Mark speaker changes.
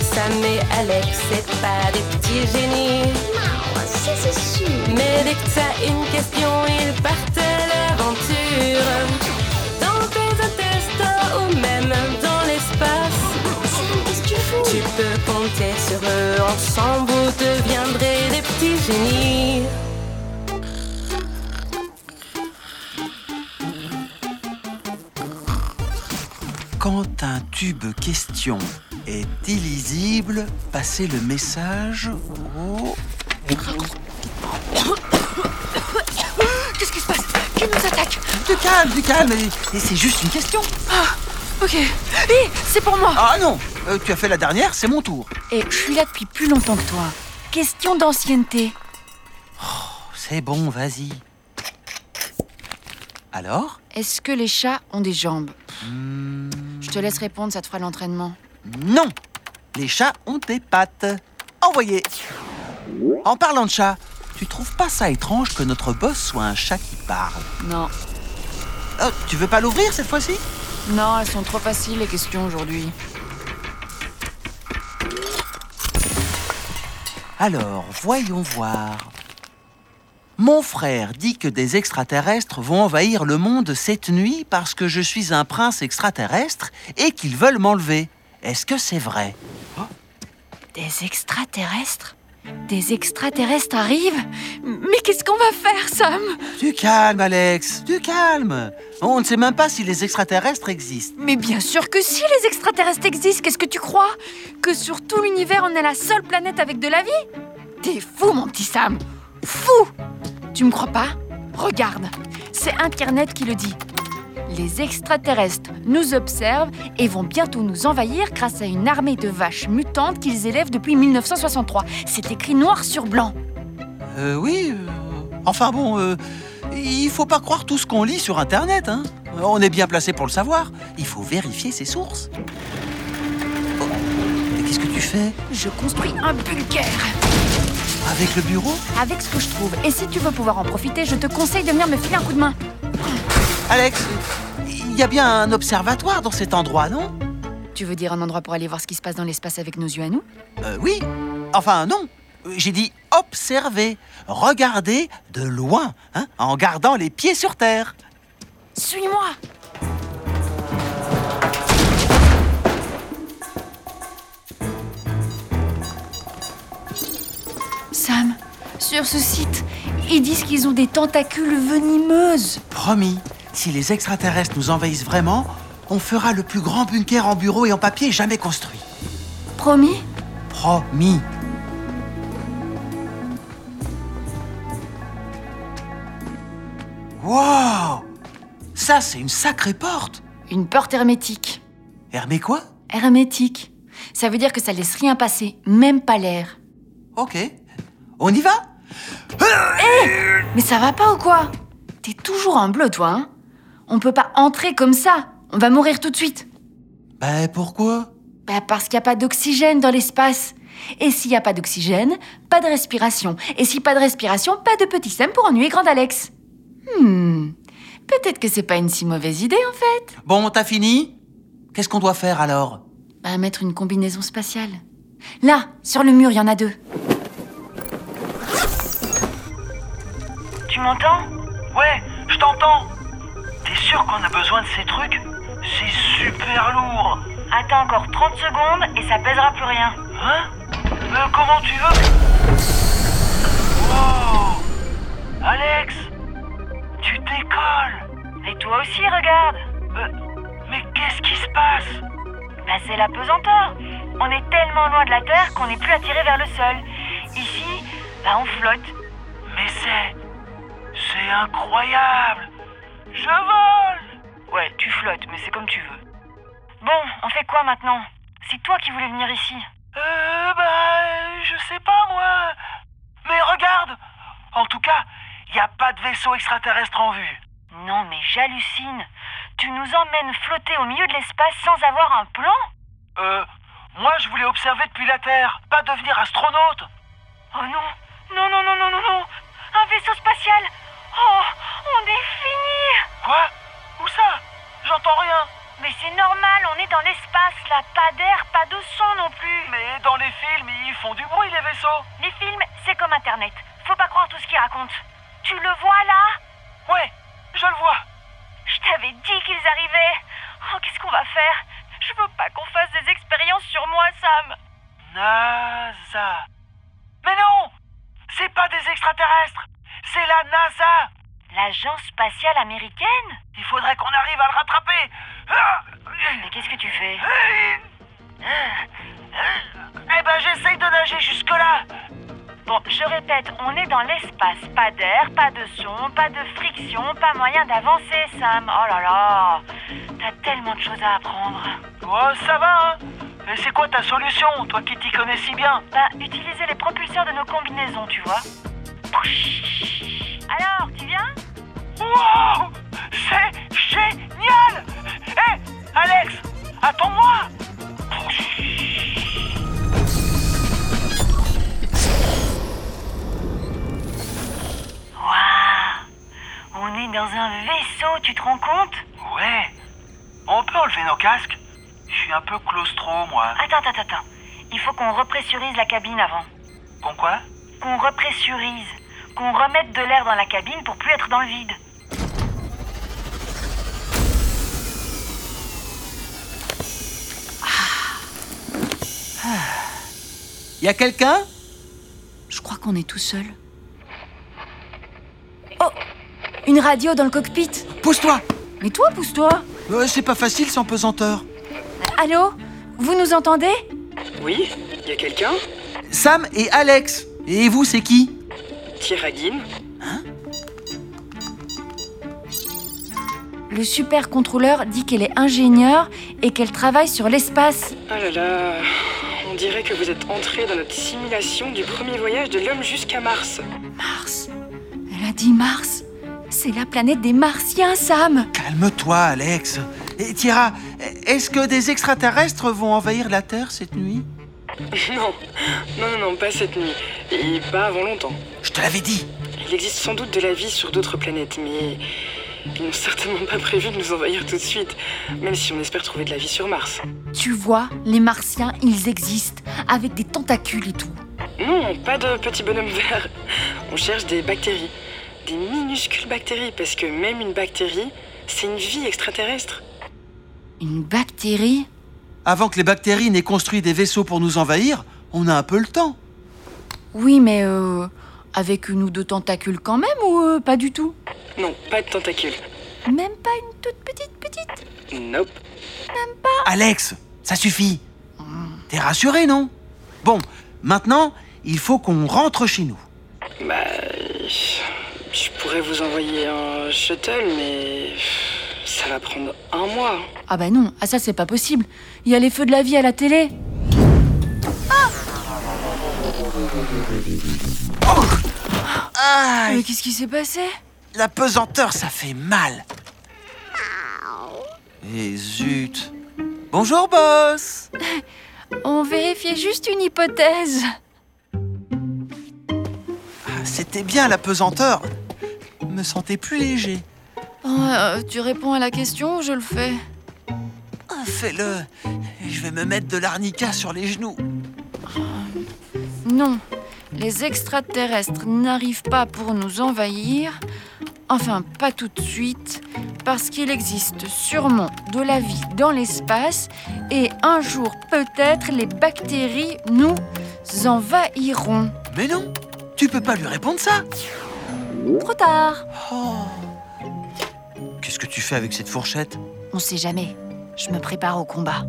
Speaker 1: Sam et Alex, c'est pas des petits génies.
Speaker 2: Non, ça c'est sûr.
Speaker 1: Mais dès que t'as une question, ils partent à l'aventure. Dans tes intestins ou même dans l'espace,
Speaker 2: Sam, qu'est-ce que tu fous
Speaker 1: tu peux compter sur eux. Ensemble, vous deviendrez des petits génies.
Speaker 3: Quand un tube question est illisible, passez le message au...
Speaker 4: Qu'est-ce qui se passe Qui nous attaque
Speaker 3: Du calme, du calme, et, et c'est juste une question.
Speaker 4: Ok. Hé, c'est pour moi
Speaker 3: Ah non, euh, tu as fait la dernière, c'est mon tour.
Speaker 4: Et Eh, je suis là depuis plus longtemps que toi. Question d'ancienneté.
Speaker 3: C'est bon, vas-y. Alors
Speaker 4: Est-ce que les chats ont des jambes Je te laisse répondre, ça te fera l'entraînement.
Speaker 3: Non, les chats ont des pattes. Envoyez. En parlant de chat, tu trouves pas ça étrange que notre boss soit un chat qui parle
Speaker 4: Non.
Speaker 3: Oh, Tu veux pas l'ouvrir cette fois-ci
Speaker 4: Non, elles sont trop faciles les questions aujourd'hui.
Speaker 3: Alors, voyons voir. Mon frère dit que des extraterrestres vont envahir le monde cette nuit parce que je suis un prince extraterrestre et qu'ils veulent m'enlever. Est-ce que c'est vrai
Speaker 4: Des extraterrestres Des extraterrestres arrivent Mais qu'est-ce qu'on va faire, Sam
Speaker 3: Du calme, Alex, du calme. On ne sait même pas si les extraterrestres existent.
Speaker 4: Mais bien sûr que si les extraterrestres existent, qu'est-ce que tu crois Que sur tout l'univers, on est la seule planète avec de la vie T'es fou, mon petit Sam Fou Tu me crois pas Regarde, c'est Internet qui le dit. Les extraterrestres nous observent et vont bientôt nous envahir grâce à une armée de vaches mutantes qu'ils élèvent depuis 1963. C'est écrit noir sur blanc.
Speaker 3: Euh, oui. euh, enfin bon, euh, il faut pas croire tout ce qu'on lit sur Internet. Hein. On est bien placé pour le savoir. Il faut vérifier ses sources. Oh, mais qu'est-ce que tu fais
Speaker 4: Je construis un bunker
Speaker 3: avec le bureau
Speaker 4: avec ce que je trouve. Et si tu veux pouvoir en profiter, je te conseille de venir me filer un coup de main.
Speaker 3: Alex, il y a bien un observatoire dans cet endroit, non
Speaker 4: Tu veux dire un endroit pour aller voir ce qui se passe dans l'espace avec nos yeux à nous
Speaker 3: Euh, Oui. Enfin, non. J'ai dit observer, regarder de loin, hein, en gardant les pieds sur terre.
Speaker 4: Suis-moi Sam, sur ce site, ils disent qu'ils ont des tentacules venimeuses.
Speaker 3: Promis, si les extraterrestres nous envahissent vraiment, on fera le plus grand bunker en bureau et en papier jamais construit.
Speaker 4: Promis
Speaker 3: Promis. Wow Ça, c'est une sacrée porte
Speaker 4: Une porte hermétique.
Speaker 3: Hermé quoi
Speaker 4: Hermétique. Ça veut dire que ça laisse rien passer, même pas l'air.
Speaker 3: Ok. On y va
Speaker 4: Mais ça va pas ou quoi T'es toujours en bleu, toi, hein On peut pas entrer comme ça. On va mourir tout de suite.
Speaker 3: Ben pourquoi
Speaker 4: Bah, parce qu'il n'y a pas d'oxygène dans l'espace. Et s'il n'y a pas d'oxygène, pas de respiration. Et si pas de respiration, pas de petit Sam pour ennuyer Grand Alex. Hmm. Peut-être que c'est pas une si mauvaise idée en fait.
Speaker 3: Bon, t'as fini Qu'est-ce qu'on doit faire alors
Speaker 4: Bah, mettre une combinaison spatiale. Là, sur le mur, il y en a deux.
Speaker 5: Tu m'entends
Speaker 6: Ouais, je t'entends. T'es sûr qu'on a besoin de ces trucs C'est super lourd.
Speaker 5: Attends encore 30 secondes et ça pèsera plus rien.
Speaker 6: Hein Euh, Comment tu veux Wow Alex Tu décolles
Speaker 5: Et toi aussi, regarde
Speaker 6: Euh, Mais qu'est-ce qui se passe
Speaker 5: Bah, c'est la pesanteur. On est tellement loin de la Terre qu'on n'est plus attiré vers le sol. Ici, bah, on flotte.
Speaker 6: Mais c'est... C'est incroyable Je vole
Speaker 5: Ouais, tu flottes, mais c'est comme tu veux. Bon, on fait quoi maintenant C'est toi qui voulais venir ici.
Speaker 6: Euh, bah... Je sais pas, moi... Mais regarde En tout cas, y a pas de vaisseau extraterrestre en vue.
Speaker 5: Non, mais j'hallucine. Tu nous emmènes flotter au milieu de l'espace sans avoir un plan
Speaker 6: Euh... Moi, je voulais observer depuis la Terre, pas devenir astronaute
Speaker 5: Oh non Non, non, non, non, non, non Un vaisseau spatial Oh, on est fini
Speaker 6: Quoi Où ça J'entends rien.
Speaker 5: Mais c'est normal, on est dans l'espace là, pas d'air, pas de son non plus.
Speaker 6: Mais dans les films, ils font du bruit, les vaisseaux.
Speaker 5: Les films, c'est comme Internet. Faut pas croire tout ce qu'ils racontent. Tu le vois là
Speaker 6: Ouais, je le vois.
Speaker 5: Je t'avais dit qu'ils arrivaient. Oh, qu'est-ce qu'on va faire Je veux pas qu'on fasse des expériences sur moi, Sam.
Speaker 6: NASA. Mais non C'est pas des extraterrestres C'est la NASA
Speaker 5: L'agence spatiale américaine
Speaker 6: Il faudrait qu'on arrive à le rattraper Ah
Speaker 5: Mais qu'est-ce que tu fais
Speaker 6: Eh ben, j'essaye de nager jusque-là
Speaker 5: Bon, je répète, on est dans l'espace. Pas d'air, pas de son, pas de friction, pas moyen d'avancer, Sam. Oh là là T'as tellement de choses à apprendre.
Speaker 6: Oh, ça va, hein Mais c'est quoi ta solution, toi qui t'y connais si bien
Speaker 5: Bah, utiliser les propulseurs de nos combinaisons, tu vois. Alors, tu viens
Speaker 6: Wow C'est génial Hé Alex Attends-moi
Speaker 5: Waouh On est dans un vaisseau, tu te rends compte
Speaker 6: Ouais On peut enlever nos casques Je suis un peu claustro, moi.
Speaker 5: Attends, attends, attends. Il faut qu'on repressurise la cabine avant.
Speaker 6: Bon quoi
Speaker 5: Qu'on repressurise. Qu'on remette de l'air dans la cabine pour plus être dans le vide.
Speaker 3: Y a quelqu'un
Speaker 4: Je crois qu'on est tout seul. Oh Une radio dans le cockpit
Speaker 3: Pousse-toi
Speaker 4: Mais toi, pousse-toi
Speaker 3: Euh, C'est pas facile sans pesanteur.
Speaker 4: Allô Vous nous entendez
Speaker 7: Oui, y a quelqu'un
Speaker 3: Sam et Alex. Et vous, c'est qui
Speaker 7: Tiragin
Speaker 4: Le super contrôleur dit qu'elle est ingénieure et qu'elle travaille sur l'espace.
Speaker 7: Ah là là, on dirait que vous êtes entré dans notre simulation du premier voyage de l'homme jusqu'à Mars.
Speaker 4: Mars Elle a dit Mars C'est la planète des Martiens, Sam
Speaker 3: Calme-toi, Alex. Et Tira, est-ce que des extraterrestres vont envahir la Terre cette nuit
Speaker 7: Non, non, non, non, pas cette nuit. Et pas avant longtemps.
Speaker 3: Je te l'avais dit.
Speaker 7: Il existe sans doute de la vie sur d'autres planètes, mais ils n'ont certainement pas prévu de nous envahir tout de suite, même si on espère trouver de la vie sur Mars.
Speaker 4: Tu vois, les Martiens, ils existent, avec des tentacules et tout.
Speaker 7: Non, pas de petits bonhommes verts. On cherche des bactéries. Des minuscules bactéries, parce que même une bactérie, c'est une vie extraterrestre.
Speaker 4: Une bactérie
Speaker 3: Avant que les bactéries n'aient construit des vaisseaux pour nous envahir, on a un peu le temps.
Speaker 4: Oui, mais euh, avec une ou deux tentacules quand même, ou euh, pas du tout
Speaker 7: Non, pas de tentacules.
Speaker 4: Même pas une toute petite petite
Speaker 7: Nope.
Speaker 3: Alex, ça suffit. T'es rassuré, non Bon, maintenant, il faut qu'on rentre chez nous.
Speaker 7: Bah. Je pourrais vous envoyer un shuttle, mais. Ça va prendre un mois.
Speaker 4: Ah bah non, ah ça c'est pas possible. Il y a les feux de la vie à la télé. Ah!
Speaker 3: Aïe,
Speaker 4: Ah, Mais qu'est-ce qui s'est passé
Speaker 3: la pesanteur, ça fait mal. Et zut. Bonjour, boss.
Speaker 4: On vérifiait juste une hypothèse.
Speaker 3: Ah, C'était bien la pesanteur. Je Me sentais plus léger.
Speaker 4: Oh, euh, tu réponds à la question ou je le fais
Speaker 3: Ah, Fais-le. Je vais me mettre de l'arnica sur les genoux.
Speaker 4: Non. Les extraterrestres n'arrivent pas pour nous envahir. Enfin, pas tout de suite, parce qu'il existe sûrement de la vie dans l'espace et un jour peut-être les bactéries nous envahiront.
Speaker 3: Mais non, tu peux pas lui répondre ça.
Speaker 4: Trop tard.
Speaker 3: Oh. Qu'est-ce que tu fais avec cette fourchette
Speaker 4: On sait jamais. Je me prépare au combat.